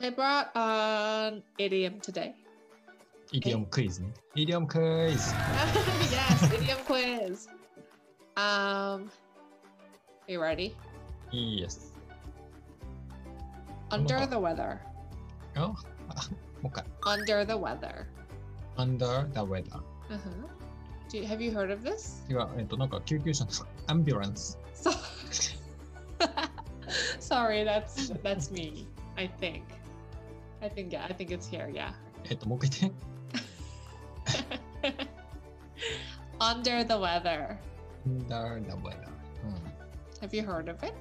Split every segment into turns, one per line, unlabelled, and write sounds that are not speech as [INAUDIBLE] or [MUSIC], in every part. I brought an idiom today.
イディオムクイズね。イディオムクイズ。
[LAUGHS] yes, idiom quiz. Um, you ready?
Yes.
Under
on.
the weather.
あ、
Oh, [LAUGHS]
あもう一回。
Under the weather.
Under the weather.
Uh-huh. Do you, have you heard of this? [LAUGHS]
違う、えっと、なんか救急車のアンビュランス。
So- [LAUGHS] Sorry, that's that's me. I think. I think yeah, I think it's here. Yeah.
えっと、もう一回言って。
Under the weather.
Under the weather.
Have you heard of it?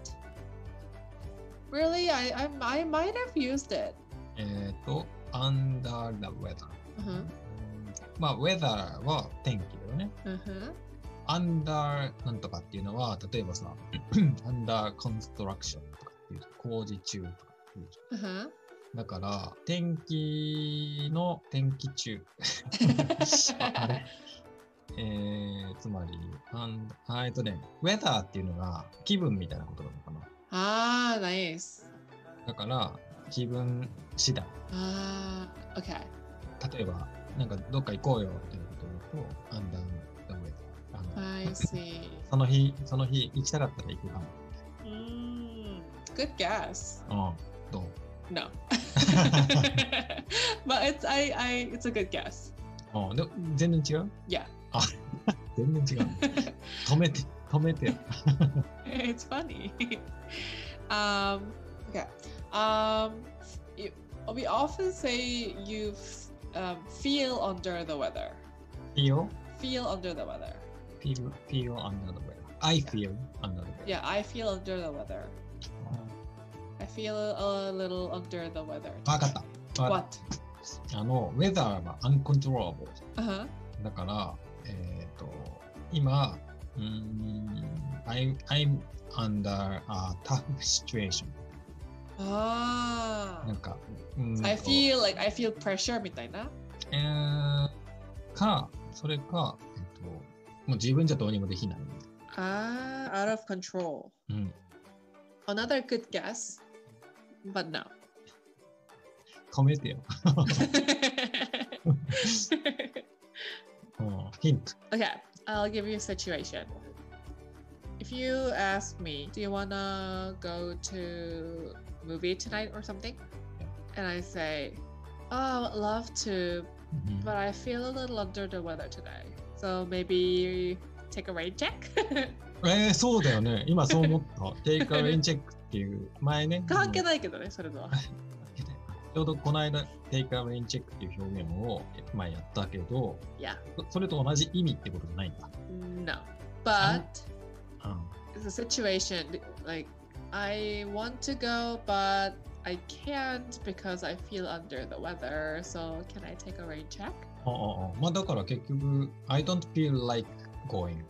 Really, I I, I might have used it.
うん、えっと、Under the weather.
Uh-huh.
うんまあ、weather は天気だよね。
Uh-huh.
Under なんとかっていうのは、例えばさ、Under construction とかっていうと工事中とかっていうじゃん
Uh-huh.
だから、天気の天気中。あ
Mm-hmm.
あれえー、つまり、あんあえっとね、ウェザーっていうのが気分みたいなことなのかな。
[LAUGHS] Ah, nice.
だから、気分次第。
Ah, okay.
例えば、なんかどっか行こうよっていうことを言うと、アンダーウェザー。あの
I see.
その日、その日、行きたかったら行くか
Mm, good guess.
も。うん、どう
No. [LAUGHS] but it's I I it's a good guess. [LAUGHS]
うん、でも全然違う
Yeah.
あ、全然違う。止めて、止めてよ。
it's funny. [LAUGHS] um, okay. Um, you, we often say you f- um, feel under the weather.
いいよ。
Feel under the weather.
feel feel under the weather. I feel under the weather.
Yeah, I feel under the weather. I feel a little under the weather.
わかった。わかっ
What?
たあの、weather は uncontrollable。
Uh huh.
だから、えっ、と、今、うーん、I, I'm under a tough situation.
Ah.
なんか、うーんと
I feel like I feel pressure みたいな。
えーか、それか、えっ、と、もう自分じゃどうにもできない。
Ah, out of control.
うん。
Another good guess, but no. [LAUGHS]
止めてよ。うんヒント。
Okay, I'll give you a situation. If you ask me, do you wanna go to movie tonight or something?
Yeah.
And I say, oh, I'd love to,
うん
but I feel a little under the weather today. So maybe take a rain check? [LAUGHS]
えー、そうだよね。今そう思った。 [LAUGHS] テイクアウェイチェックっていう、前ね。
関係ないけどね、それとは。
ちょうどこの間、テイクアウェインチェックっていう表現を前やったけど、
Yeah.
そそれと同じ意味ってことじゃないんだ。
No. But
うん、
it's a situation like I want to go, but I can't because I feel under the weather. So can I take a rain check?
あああまあだから結局、I don't feel like going.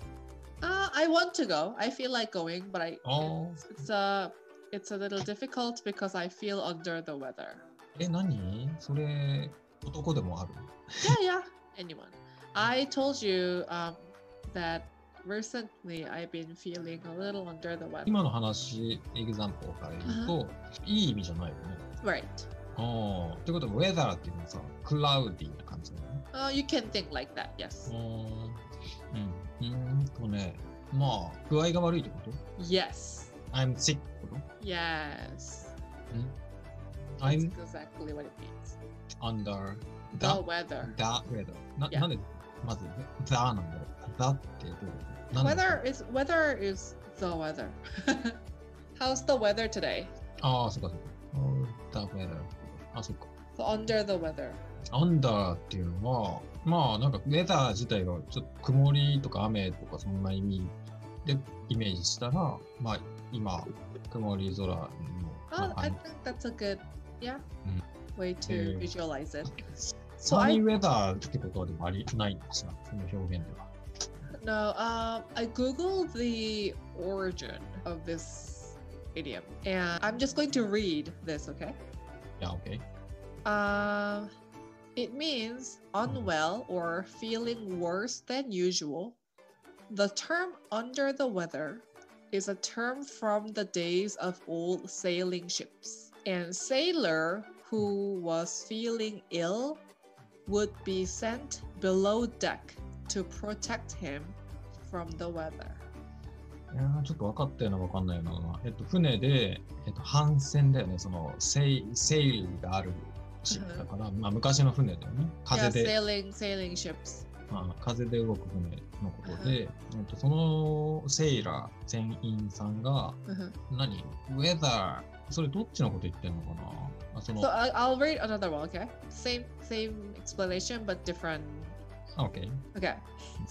Uh, I want to go. I feel like going, but I
あ
it's, it's a it's a little difficult because I feel under the weather.
え、何それ、男でもある
Yeah, yeah. Anyone? I told you um, that recently I've been feeling a little under the weather.
今の話、エグザンプルから言うと、いい意味じゃないよね。
Right.
ああ。ってことは、weather っていうのはさ、クラウディな感じだよね。
Uh, you can think like that. Yes.
あーうん。うーんとね、まあ、具合が悪いってこと
Yes.
?I'm sick ってこと
Yes. That's
Hmm? I'm
exactly what it means.
under
The
the
weather.
the weather な。
Yeah.
なんで、まず、the なんだろう ?the ってどういうなんで
Weather is weather is the weather. [LAUGHS] How's the weather today?
ああ、そっかそっか。the weather。あ、そっか。
So under the weather.
under っていうのは、まあ、なんか、weather 自体がちょっと曇りとか雨とかそんな意味でイメージしたら、まあ、今、曇り空の、
Oh,
まあ
I think that's a good yeah
Mm.
way to
Yeah.
visualize it.
サニーウェザーってことはでもありないんですな、その表現では。
No, um, I googled the origin of this idiom, and I'm just going to read this. Okay.
いや、OK。
Um, it means unwell or feeling worse than usual. The term under the weather is a term from the days of old sailing ships. And sailor who was feeling ill would be sent below deck to protect him from the weather.
いやーちょっと分かったような分かんないような。えっと、船で、えっと、帆船だよね。その、セイ、セイルがあるシップだから、まあ、昔の船だよね。風
Yeah,
で。
sailing sailing ships.
まあ、風で動く船のことで、えっと、そのセイラー船員さんが
Uh-huh.
何ウェザーそれどっちのこと言ってんのかなあその
So I, I'll read another one, okay? Same same explanation but different.
あ OK
Okay.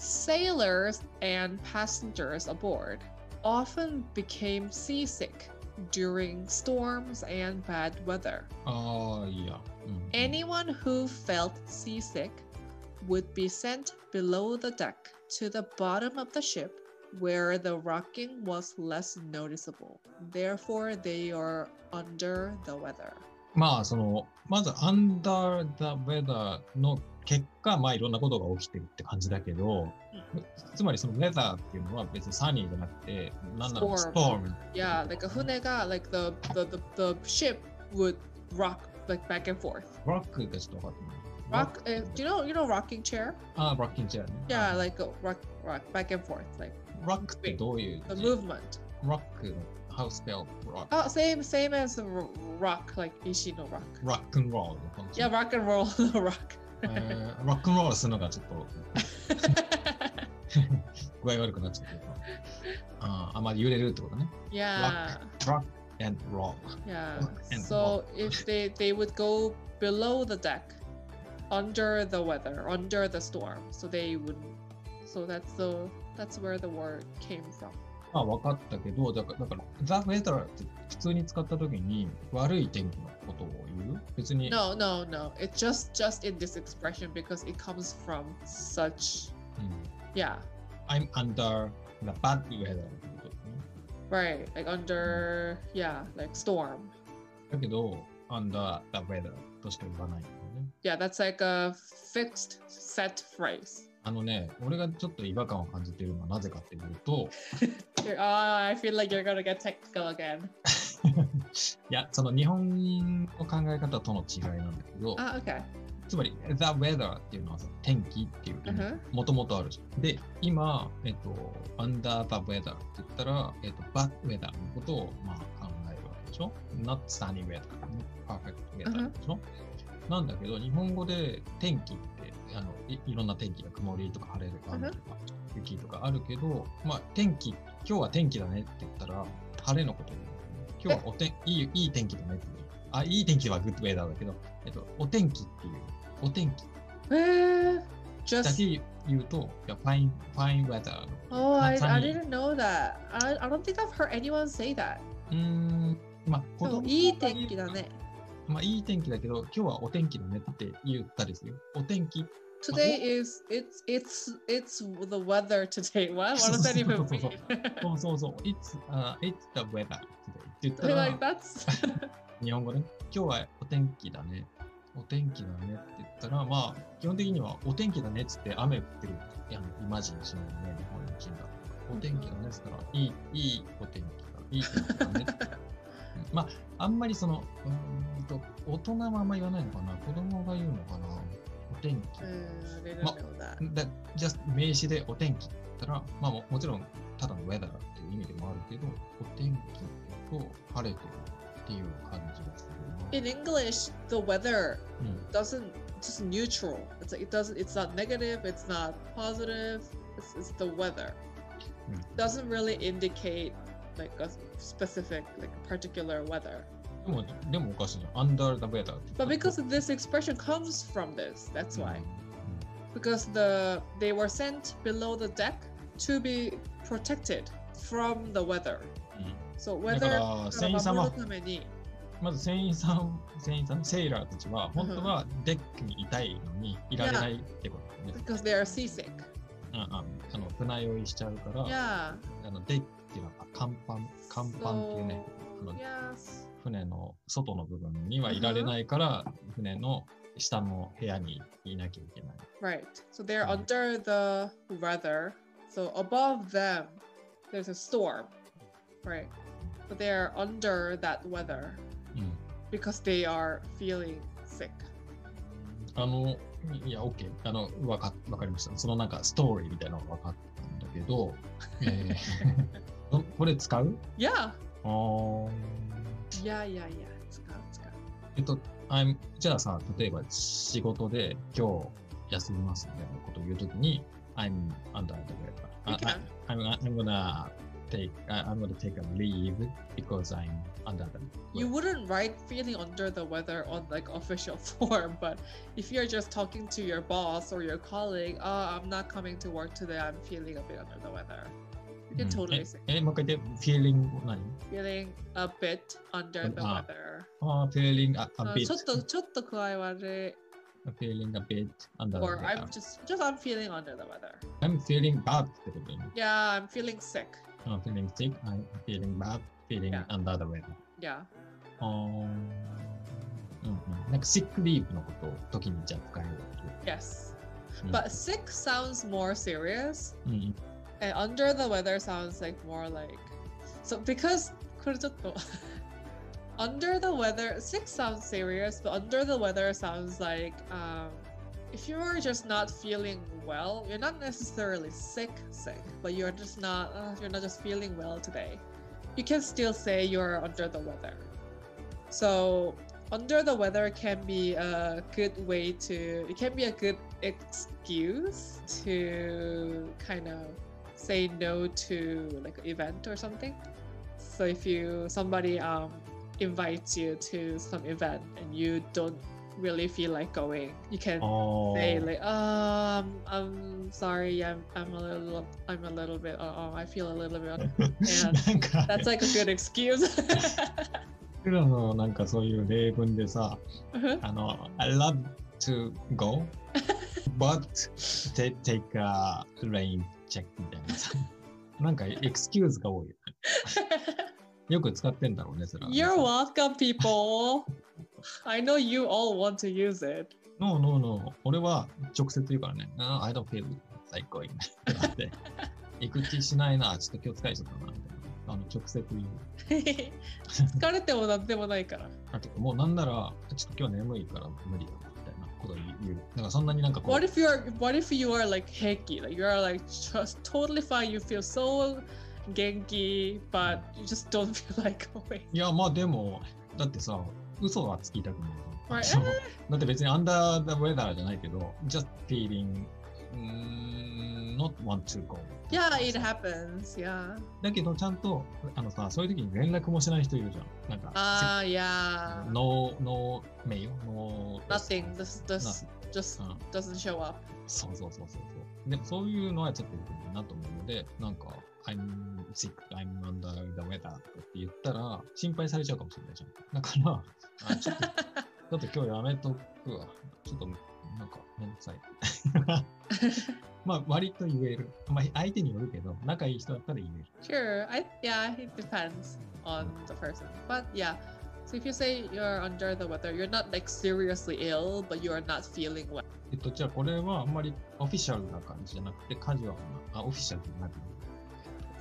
Sailors and passengers aboard often became seasick during storms and bad weather.
ああいいや、うん、
Anyone who felt seasick would be sent below the deck to the bottom of the ship where the rocking was less noticeable. Therefore, they are under the weather.
まあそのまず Under the Weather の結果まあいろんなことが起きてるって感じだけど、つまりその Weather っていうのは別にサニーじゃなくてなんだろう
Storm
ストーム
Yeah, like a hunega, like the, the, the, the ship would rock like back and forth.
ロックがちょっと分かってない
Rock, uh, do you know you know rocking chair?
ああ、ロッキンチェアね。
Yeah, like a rock, rock back and forth, like
ロックってどういう
the
字
movement.
ロックの How spell rock?
Oh, same same as the ro- rock, like Ishino rock.
ロックンロールの感じ。
Yeah, rock and roll, [LAUGHS] the rock.
えーロックンロールするのがちょっと [LAUGHS] 具合悪くなっちゃってるからあーあんまり揺れるってことね。
yeah,
rock and roll.
yeah.
rock and
So if they they would go below the deck, under the weather, under the storm, so they wouldn't. So that's the that's where the word came from.
まあ分かったけど、だから、だから The weather って普通に使った時に悪い天気のことを言う別に。
No, no, no. It's just just in this expression because it comes from such.
うん
Yeah,
I'm under the bad weather ってことね
right. Like under. Yeah, like storm.
だけど、under the weather としか言わないんだよね。
Yeah, that's like a fixed set phrase.
あのね、俺がちょっと違和感を感じているのはなぜかっていうと、 [LAUGHS]
You're, ah, I feel like you're gonna get technical again.
いや、その日本の考え方との違いなんだけど、
Ah, okay.
つまり、the weather っていうのはさ天気っていう意
Uh huh.
味、もともとあるじゃん。で、今、えっと、under the weather って言ったら、えっと、bad weather のことを、まあ、考えるわけでしょ ?not sunny weather, not perfect weather でしょ、なんだけど、日本語で天気ってあのい、いろんな天気が曇りとか晴れとか雨とか雪とかあるけど、まあ、天気、今日は天気だねって言ったら、晴れのことを言うんだよね。今日はおていいいい天気だねって言う。あ、いい天気はグッドウェーダーだけど、えっと、お天気っていう、お天気
Eh,
だ
just
け言うと、いや、ファイン、ファインウェザー。
oh, I,
サ
I
ニー
didn't know that. I, I don't think I've heard anyone say that.
うーん、まあ、子
Oh,
供
いい天気だね。
まあ、いい天気だけど、今日はお天気だねって言ったりするよ。お天気
Today is it's it's it's the weather today. What what does that even mean? [LAUGHS]
そうそうそう、It's,、uh, it's the weather today って言った
like
ら、
that's
日本語で、今日はお天気だね。お天気だねって言ったら、まあ、基本的にはお天気だねっつって雨降ってるいやイマジンしないよね、日本人だと。お天気だねっつったら、いい、いいお天気だ、いい天気だねって。うんまあ、あんまりその、うーんと、大人はあんま言わないのかな、子供が言うのかな、お天気。
Mm, [LAUGHS] I didn't
Ma-
know that.
だじゃあ名詞でお天気って言ったら、まあももちろんただのウェダーっていう意味でもあるけど、お天気って言うと晴れてるっていう感じがする
In English, the weather
な。うん、
doesn't just neutral. It's like it doesn't. It's not negative. It's not positive. It's, it's the weather.
うん
Doesn't really indicate like a specific like particular weather.
でも、でもおかしいじゃん。アンダーダベーターって言った
But
ら。
because this expression comes from this, that's
うん
why. Because the they were sent below the deck to be protected from the weather. So
うんだか
[LAUGHS] weather
ら、
から
船員さん
守
は
る、ために
まず船員さん、船員さん、セイラーたちは、本当はデックにいたいのにいられないってことだよね。
because they are seasick.
うんうんあの船酔いしちゃうから、
Yeah.
あのデックっていうのは甲板、甲板っていうね。あ
So,
の
yes.
船の外の部分にはいられないから、船の下の部屋にいなきゃいけない。
Right. So they're
Mm.
under the weather. So above them, there's a storm. right? But they are under that weather
うん。
because they are feeling sick.
あの、いや、OK。あの、わか、わかりました。そのなんかストーリーみたいなのがわかったんだけ [LAUGHS] ど、えーどこれ使う
Yeah,
あー
yeah, yeah, yeah. It's good, it's good.
えっと、I'm- じゃあさ、例えば仕事で今日休みますみたいなことを言うときに、I'm under the
You
weather.
can.
I- I'm, I'm gonna take, I- I'm gonna take a leave because I'm under the
You wouldn't write feeling under the weather on like [LAUGHS] official form, but if you're just talking to your boss or your colleague, oh, I'm not coming to work today. I'm feeling a bit under the weather. You can
うん
totally say
え、えもう一回言って、feeling 何
feeling a bit under the
Ah.
weather.
あー feeling a, a
あ
bit,
ちょっとちょっと怖いわね。
feeling a bit under the
Or I'm
weather.
just just I'm feeling under the weather.
I'm feeling bad ってことね。
Yeah, I'm feeling sick.
I'm feeling sick, I'm feeling bad, feeling
Yeah.
under the weather.
Yeah.
あーうんうん、なんかシックリープのことを時にじゃあ使えるわけ
Yes.
うん
But sick sounds more serious
うん
and under the weather sounds like more like so because これちょっと [LAUGHS] under the weather sick sounds serious but under the weather sounds like um if you are just not feeling well you're not necessarily sick sick but you're just not uh, you're not just feeling well today you can still say you're under the weather so under the weather can be a good way to it can be a good excuse to kind of say no to like an event or something so if you somebody um invites you to some event and you don't really feel like going you can
あ
say
ー [LAUGHS]
like um i'm sorry i'm i'm a little i'm a little bit uh, uh, i feel a little bit un-" Yeah.
なんか
that's like a good excuse
僕らのなんかそういう例文でさあの I love to go
[LAUGHS]
but take, take a rain check みたいなさ [LAUGHS] なんか excuse が多いよねよく使ってんだろうねそれは
You're welcome, people. I know you all want to use it. [LAUGHS]
No, no, no. 俺は直接言うからね。No, I don't feel like going. って
[LAUGHS]
なって。行く気しないな。ちょっと今日疲れちゃったな。みたいな。あの、直接言う。
疲れてもなんでもないから。
あてかもうなんなら、ちょっと今日眠いから無理だ。みたいなことを言う。なんかそんなになんかこ
What
う。
if you're What if you are like Heki? Like you are like just totally fine. You feel so genki, but you just don't [LAUGHS] feel like going.
いや、まあでも、だってさ、嘘はつきたくない。
Right.
そうだって別にアンダー the weather じゃないけど、just feeling, うーん not want to go.
Yeah, it happens. Yeah.
だけど、ちゃんと、あのさ、そういう時に連絡もしない人いるじゃん。なんか、
Ah, yeah.
No, no, 名誉 No,
Nothing. This this just
うん
doesn't show up. [LAUGHS]
そうそうそうそうそう。でもそういうのはちょっと良くないなと思うので、なんか、I'm sick, I'm under the weather とかって言ったら、心配されちゃうかもしれないじゃん。だから、あちょっと、ちょっと今日やめとくわ。ちょっと、なんか、めんどくさい。 [LAUGHS] まあ、割と言える。まあ、相手によるけど、仲いい人だったら言える。
Sure. I yeah, it depends on the person. But yeah. So if you say you're under the weather, you're not like seriously ill, but you are not feeling well.
えっと、じゃあこれはあんまりオフィシャルな感じじゃなくて、カジュアルな、あ、オフィシャルじゃなくて、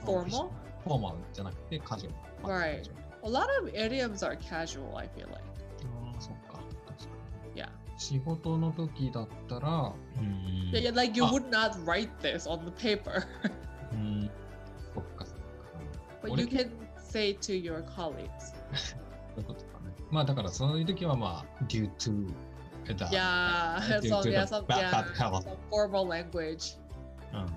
Formal?
フォーマルじゃなくてカジュアル。
Right. A lot of idioms are casual, I feel like.
ああ、そっか。確か
Yeah.
に。仕事の時だったら、うん。
Yeah, yeah, like you
Ah.
would not write this on the paper. [LAUGHS]
うん。そっかそっか。
but
俺
you can say to your colleagues.
そういうことかね。まあだからそういう時はまあ、due to the, [LAUGHS]
Yeah.
due
some
Ah. to
yeah,
the
some,
bad,
yeah,
bad health.
some formal language.
うん。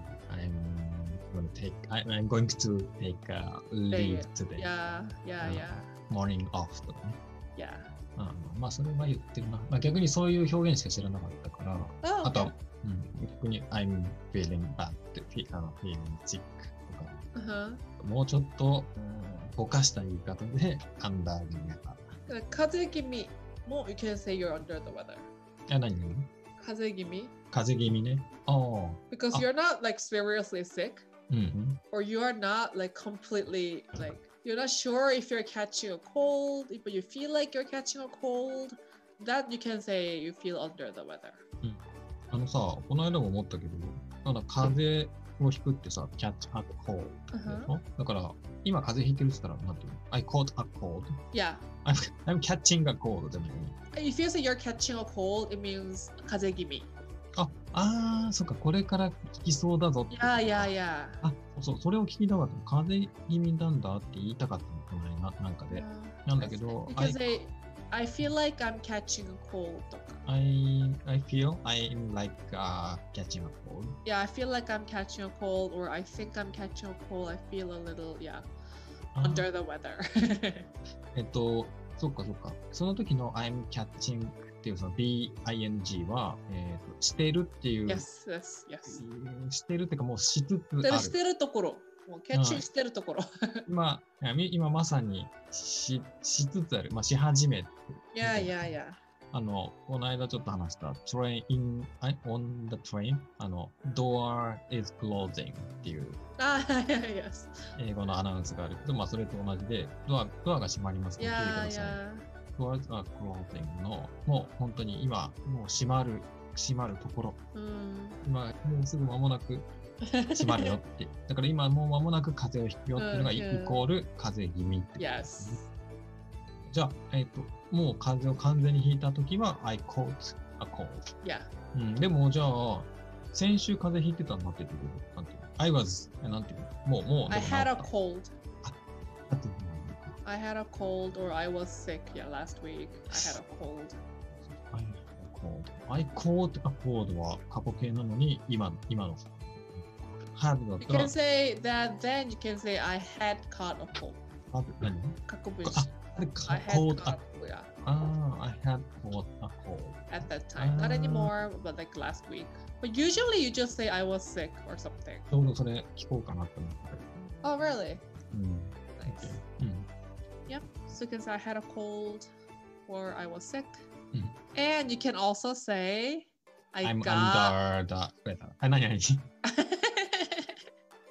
I'm gonna take, I- I'm going to take a leave today.
Yeah, yeah,
Ah.
yeah.
Morning off とかね。
Yeah.
うん、まあそれは言ってるな。まあ逆にそういう表現しか知らなかったから、
Oh,
あ
okay.
と、うん、逆に I'm feeling bad, fe- あの feeling sick とか。
Uh-huh.
もうちょっと、ぼかした言い方で、アンダーグメタ。
Uh, Kaze Gimi. Well, you can say you're under the weather.
あ、何
Kaze Gimi.
風邪気味ね。ああ。
Because
Ah.
you're not like seriously sick,
うんうん。
or you are not like completely like you're not sure if you're catching a cold, but you feel like you're catching a cold. That you can say you feel under the weather.
あのさ、この間も思ったけど、なんだ風邪を引くってさ、catch a cold
う
でし
ん
ょ、だから、今風邪ひいてるって言ったら、なんていうの ?I caught a cold.
Yeah.
I'm, I'm catching a cold でもいい。
If you say you're catching a cold, it means 風邪気味。
あ、あー、そっか、これから聞きそうだぞって。
Yeah, yeah, yeah.
あ、そうそう、それを聞きたかった。風邪気味なんだって言いたかったの、この間、なんかで。なんだけど、I,
Because I, I feel like I'm catching a cold とか。
I, I feel I'm like、catching a cold.
Yeah, I feel like I'm catching a cold or I think I'm catching a cold. I feel a little, yeah,
あー
under the weather. [LAUGHS]
えっと、そっかそっか。その時の I'm catching っていうその B-I-N-G は、えっとしてるっていう、
yes, yes, yes.
Mm. してるっていうかもうしつつ
で
あ
して
る。
るところ。もうキャッチングしてると [LAUGHS] ころ。
今、あみ今まさにししつつある。まあし始め。
いやいやいや。
あの、この間ちょっと話した train in, I- on the train あの、door is closing っていう
ああ、yes. Ah, [LAUGHS]
英語のアナウンスがあるけど、まあそれと同じで、ドア、ドアが閉まります
い
よっていう
やい
言い方される
や。
ドアがクローゼングの、もう本当に今、もう閉まる、閉まるところ、
うん。
今、もうすぐ間もなく閉まるよ
[LAUGHS]
って。だから今、もう間もなく風邪をひくよっていうのが、
うん
イ
うん
コール風邪気味ってことですね
yes.
じゃあ、えっ、と、もう風邪を完全にひいたときは、I caught a cold。
Yeah.
うん、でも、じゃあ、先週風邪ひいてたんだって言ってくれるなんていうの ?I was, えなんていうのもう、もう、
I
でも治った
had a cold.
だっていうのなんだけど
I had a cold or I was sick. Yeah, last week. I had a cold.
I called. I called a cold は過去形なのに、今、今の。had だっ
You
たら
can、say that then you can say I had caught a cold.
had 何
過去分詞
あ
I
had
had
called
caught,
a
yeah,
あー I had called a cold.
at that time. Not
あー
anymore, but like last week. But usually you just say I was sick or something.
ちょうどそれ聞こうかなって思って。
Oh, really?
うん。
Nice.
うん。
So you can say I had a cold or I was sick.
Mhm.
And you can also say I
I'm
got
under the weather. あ、何何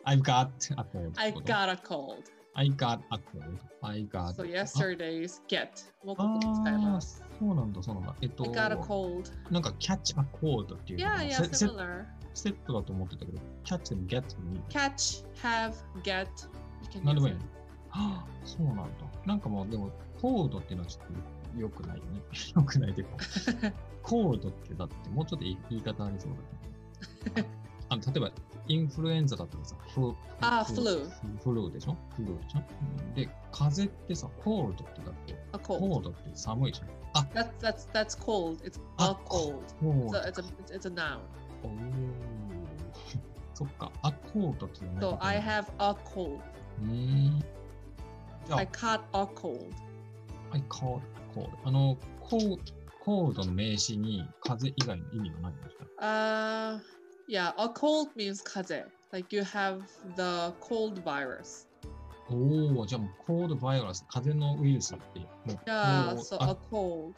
?I've got [LAUGHS] a
[LAUGHS]
cold.
I got a cold.
I got a Ah, cold. Ah, I got.
So yesterday's get. もうここ
あ
使い
あー、
ます
そうなんだ、そうなんだ。えっと
I、got a cold.
なんか catch a cold っていうの
Yeah,
かな
yeah,
セセ
similar.
セットだと思ってたけど、キャッチもゲットもいい。
Catch, have, get. You can
何で
use
もい
it.
いの。はあそうなんだ。なんかもう、でも、コールドっていうのはちょっと良くないよね。 [LAUGHS] 良くないというか、 [LAUGHS] コールドってだってもうちょっと言い言い方ありそうだね。あの例えば、インフルエンザだったらさ、フル。
あ
フ
フルー。
フルーでしょフルーでしょうんで、風邪ってさ、コールドってだって、
a
コ
cold.
ールドって寒いじゃん。あ、
That's that's that's cold. It's a
Ah,
cold.
コー
So
ルド。 [LAUGHS]
it's a it's a noun.
おーそっか、あ、コールドっていうの
So I have a cold.
[LAUGHS] うーん。じゃあ
I caught a cold.
I called cold. あの、コーコードの名詞に風以外の意味がないんですか
Uh, yeah, a cold means kaze. Like you have the cold virus.
おお、じゃあもうコードバイオラス、風邪のウイルスって。もう
Yeah,
こう
so
あ
a cold.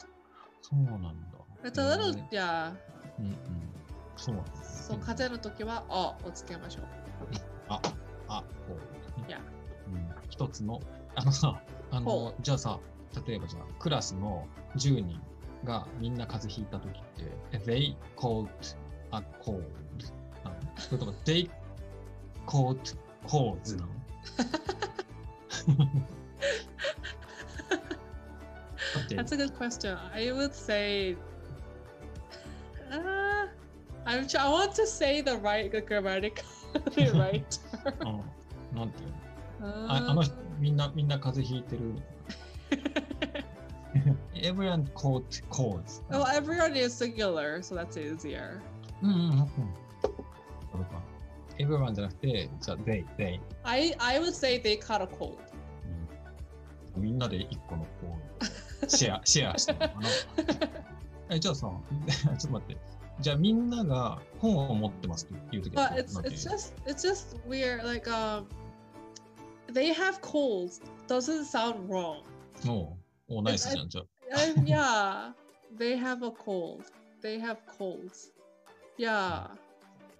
そうなんだ。
It's a little
え
yeah.
ーうんうん。そうなんだ。
So kaze の時は a をつけましょう。
あ、あ、コード。
いや。
うん。一つの、あのさ、あ
ほ
の、じゃあさ、例えばじゃあ、クラスの10人がみんな風邪ひいたときって、they called a cold なのそれとも they called colds なのだって、
That's a good question. I would say. Uh, I'm tr- I want to say the right the grammatically [LAUGHS] right term.
あのなんていうのああの
Uh,
人みんな、みんな風邪ひいてる。everyone called colds.
[LAUGHS] well, everyone is singular, so that's easier.
うんうんうん。そうか。everyone じゃなくて、じゃあ they, they.
I I would say they caught a cold.
うんみんなで一個のこう、シェ
[LAUGHS]
ア、シェアしてるのかな。え、じゃあさ、 [LAUGHS] ちょっと待って。じゃあみんなが本を持ってますっていう時
But
なんて
it's
言う
it's just it's just weird. Like um, they have colds. Doesn't sound wrong.
おうおう、ナイスじゃん。じゃあ
Um, yeah, they have a cold. They have colds. Yeah.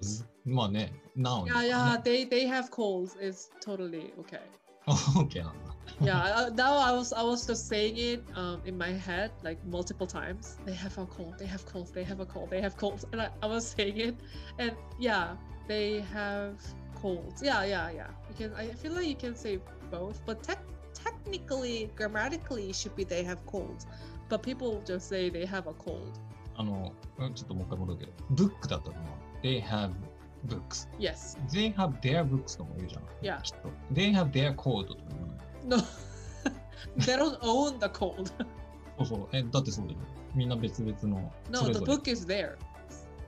ずまあね、なおに。 [LAUGHS]
Yeah, yeah, they they have colds. It's totally okay.
オッケーなんだ。
yeah, I, I- now I was I was just saying it um, in my head like multiple times. They have a cold. They have cold. They have a cold. They have colds, and I, I was [LAUGHS] saying it, and yeah, they have colds. Yeah, yeah, yeah. You can. I feel like you can say both, but tech technically, grammatically, it should be they have colds, but people just say they have a cold.
あの、うんちょっともう一回戻るけど、ブックだと思う。They have books.
Yes.
They have their books とも言うじゃん。
いや
きっと。They have their code とも言わない。
No. [LAUGHS] they don't own the cold.
そうそう。え、だってそうだよ。みんな別々の。
No,
それ
the
ぞれ
book is there.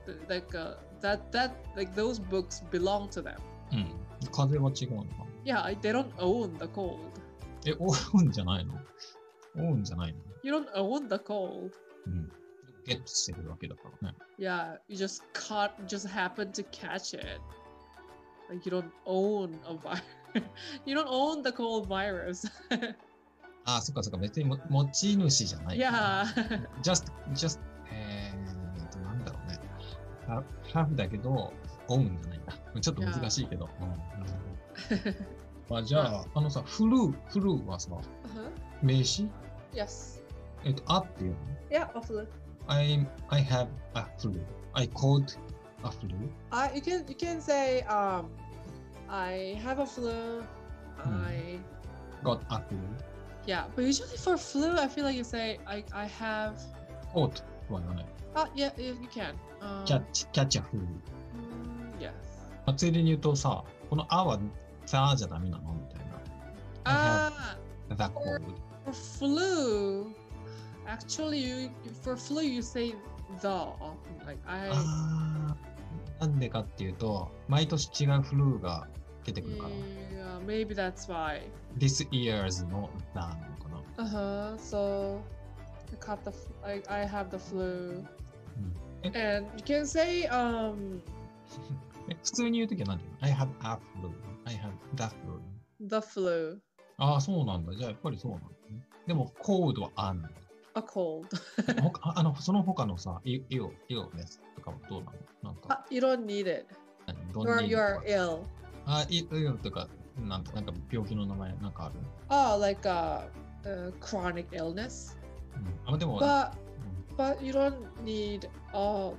Th- Like uh, that, that, like those books belong to them.
うん。風は違うのかな。
Yeah, I- they don't own the cold.
え、 [LAUGHS] オウンじゃないのオウンじゃないの
You don't own the cold.
うん。ゲットしてるわけだからね。
Yeah, you just caught, you just happened to catch it. Like you don't own a virus. [LAUGHS] you don't own the cold virus. [LAUGHS]
あそっかそっか、別にも持ち主じゃない。
yeah. [LAUGHS]
just, just, えーと、なんだろうね。ハハーフだけど、オウンじゃないんだ。ちょっと難しいけど。うんなるほどあじ [LAUGHS] ゃあ、あのさ、フルー、フルーはさ、
uh-huh.
名詞
Yes.
えっと、あっていうの
Yeah, absolutely.
I, I have a flu. I caught a flu.
I you can you can say um, I have a flu. I
Got a flu.
yeah, but usually for flu, I feel like you say I I have.
Caught は言わない。
Oh yeah, you you can. Um,
キャッチ、キャッチャフル。
mm, Yes.
まあついでに言うとさ、このあはザじゃダメなのみたいな。
Ah.
I have the cold.
For flu, actually, you, for flu you say the often. Like
Ah,
I,
あーなんでかっていうと、毎年違うフルーが出てくるから、
yeah, uh, maybe that's why.
This year's のザなのかな。
Uh huh. So I caught the, f- I, I have the flu,
うん
and you can say um
ええ普通に言うときは何て言うの ?I have a flu. I have the flu.
the flu,
ああ、そうなんだ。じゃあやっぱりそうなんだね。でも、コードはあんの。
a cold.
ほかああのその他のさ、イイオ、イオネスとかはどうなのなん
Ah,
か、
[LAUGHS] you don't need it.
何どん
Or
な意味
you're ill.
あ、いいよとか、なんか、なんか病気の名前なんかある。
Oh, like a, uh chronic illness.
うん、あ、でも、
But
うん
but you don't need all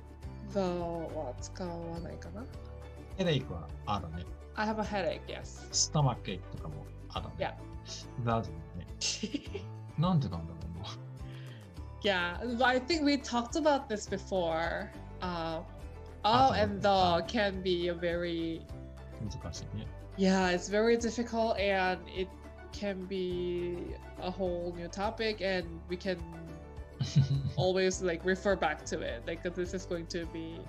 the what's oh going on.
ヘレイクはあだね。
I have a headache. Yes. [LAUGHS]
スタマックエイクとかもあだね。
いや。
だね。なんでなんだろうな。
Yeah, but I think we talked about this before. Uh, oh, and the can be a very
難しいね。
yeah, it's very difficult, and it can be a whole new topic, and we can always like refer back to it. Like 'cause this is going to be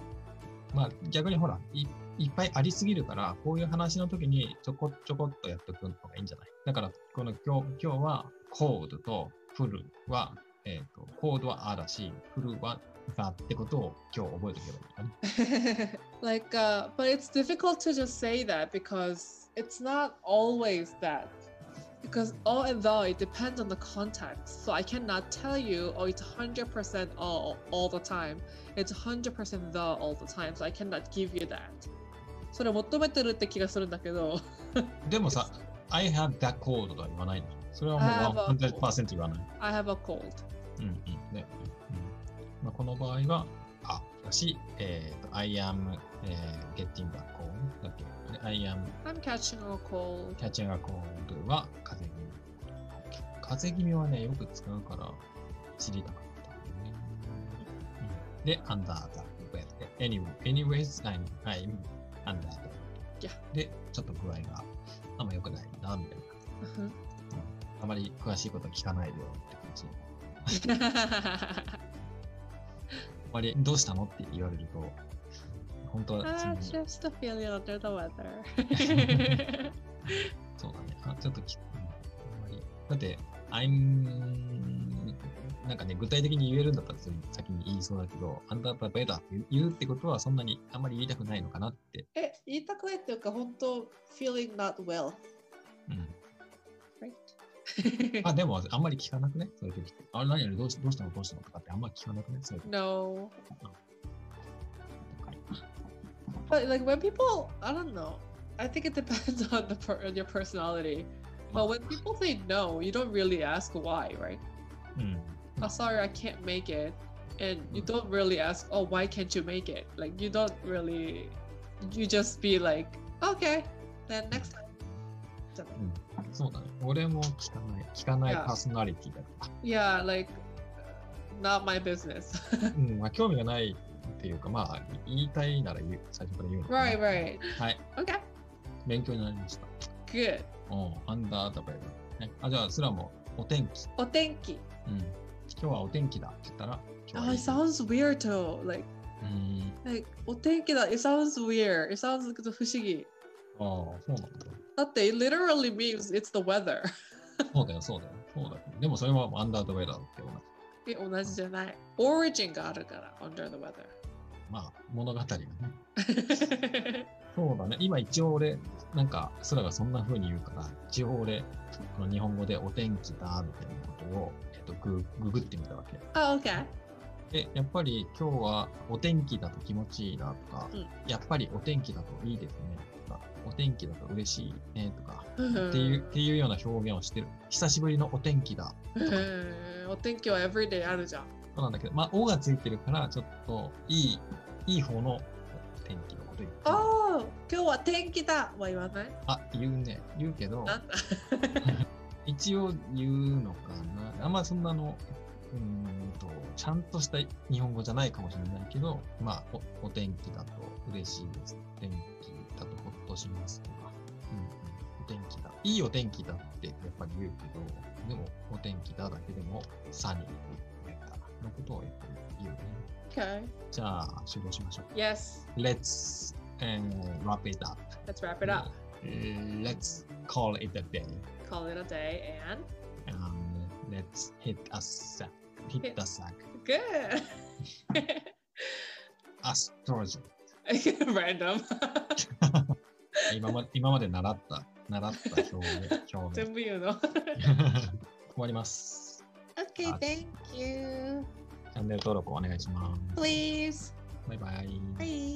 まあ逆にほらい、いっぱいありすぎるから、こういう話の時にちょこちょこっとやっておくのがいいんじゃないだから、この今日今日はコードとフルは、えっとコードはあだし、フルはだってことを今日覚えておけばいいんだね。
like, uh, but it's difficult to just say that because it's not always that. Because all and though it depends on the context, so I cannot tell you, oh, it's hundred percent all all the time. It's hundred percent the all the time, so I cannot give you that. それ求めてるって気がするんだけど。
でもさ、I have that code とは言わないの。それはもう
I have a
100%言わない。
I have a cold.
うんうんねうんまあ、この場合は、あだし、えーと、I am、えー getting a cold だっけで I am
I'm catching a cold.
catching a cold は風邪気味。風邪気味はね、よく使うから知りたかったんだよね。うん、で、under the weather。Anyway, anyways, I'm, I'm under the weather. で、ちょっと具合があんま良くないな、みたいな。あまり詳しいことは聞かないでよって感じ。あまりどうしたのって言われると、本当はそ
ah,
の
just a feeling under the weather.
そうだね。あちょっとき、うんあんまり。だって、I'm、なんかね、具体的に言えるんだったらそれ先に言いそうだけど、アンダーパーベーダーって言うってことはそんなにあんまり言いたくないのかなって。
え、言いたくないっていうか、本当、feeling not well,
うん。
right?
あ、でもあんまり聞かなくねそういう時って。あれ何々どうしどうしたのどうしたのとかってあんまり聞かなくねそういう時
no.
とか。
[LAUGHS] But like when people, I don't know. I think it depends on the per- on your personality. But when people say no, you don't really ask why, right?
うん。
Oh, sorry, I can't make it. And you don't really ask, oh, why can't you make it? Like, you don't really, you just be like, okay, then next time.
そうだね。俺も聞かない、聞かないい
や
パーソナリティだか
Yeah, like, not my business. [LAUGHS]
ら。うん、まあ興味がないっていうか、まあ言いたいなら言う、最初から言うのかな
right, right.
はい、
Okay,
勉強になりました。
good.
うん、アンダーダブル。ね、あ、じゃあ、スラもお天気。
Otenki.
うん。今日はお天気だって言ったら、今
Oh,
日はい
it
い
sounds weird though. Like,
うん。
like, お天気だ. It sounds weird. It sounds like 不思議.
ああ、そうなんだ。
だって it literally means it's the weather. [LAUGHS]
そうだよ、そうだよ。そうだよ。でもそれはアンダードウェイだって同じ。
え、同じじゃない。Origin があるから、under the weather. [LAUGHS]
まあ、物語がね。そうだね。今一応俺、なんか、空がそんな風に言うから、一応俺、あの日本語でお天気だ、みたいなことを、えっと、グググってみたわけ。
oh, okay.
で、やっぱり今日はお天気だと気持ちいいなとか、
うん
やっぱりお天気だといいですねとか、お天気だと嬉しいねとか、
うん
ってい
[LAUGHS]
う、っていうような表現をしてる。久しぶりのお天気だ。
うんお天気は everyday あるじゃん。
そうなんだけど、まあ、おがついてるから、ちょっと、いい、いい方の天気のこと言って。
おー今日は天気だは言わない
あ、言うね。言うけど、
なんだ
一応言うのかな。あんまそんなの、うーんと、ちゃんとした日本語じゃないかもしれないけど、まあ、おお天気だと嬉しいです。天気だとほっとしますとか、うんうん、お天気だ。いいお天気だってやっぱり言うけど、でも、お天気だだけでも、サニーみたいなことをやっぱり言うね。
Okay.
じゃあ、終了しましょう。
Yes.
Let's、wrap it up.
Let's wrap it up.
Let's call it a day.
Call it a day and
Um, let's hit a sack. Hit
Hit.
the sack.
good. [LAUGHS]
Astrology.
Random. [LAUGHS]
今ま [LAUGHS] 今まで習った、習った表現。表現
全部言うの。
終 [LAUGHS] わります。
okay,
あ
thank you.
チャンネル登録お願いします。
Please.
バイバイ。
Bye.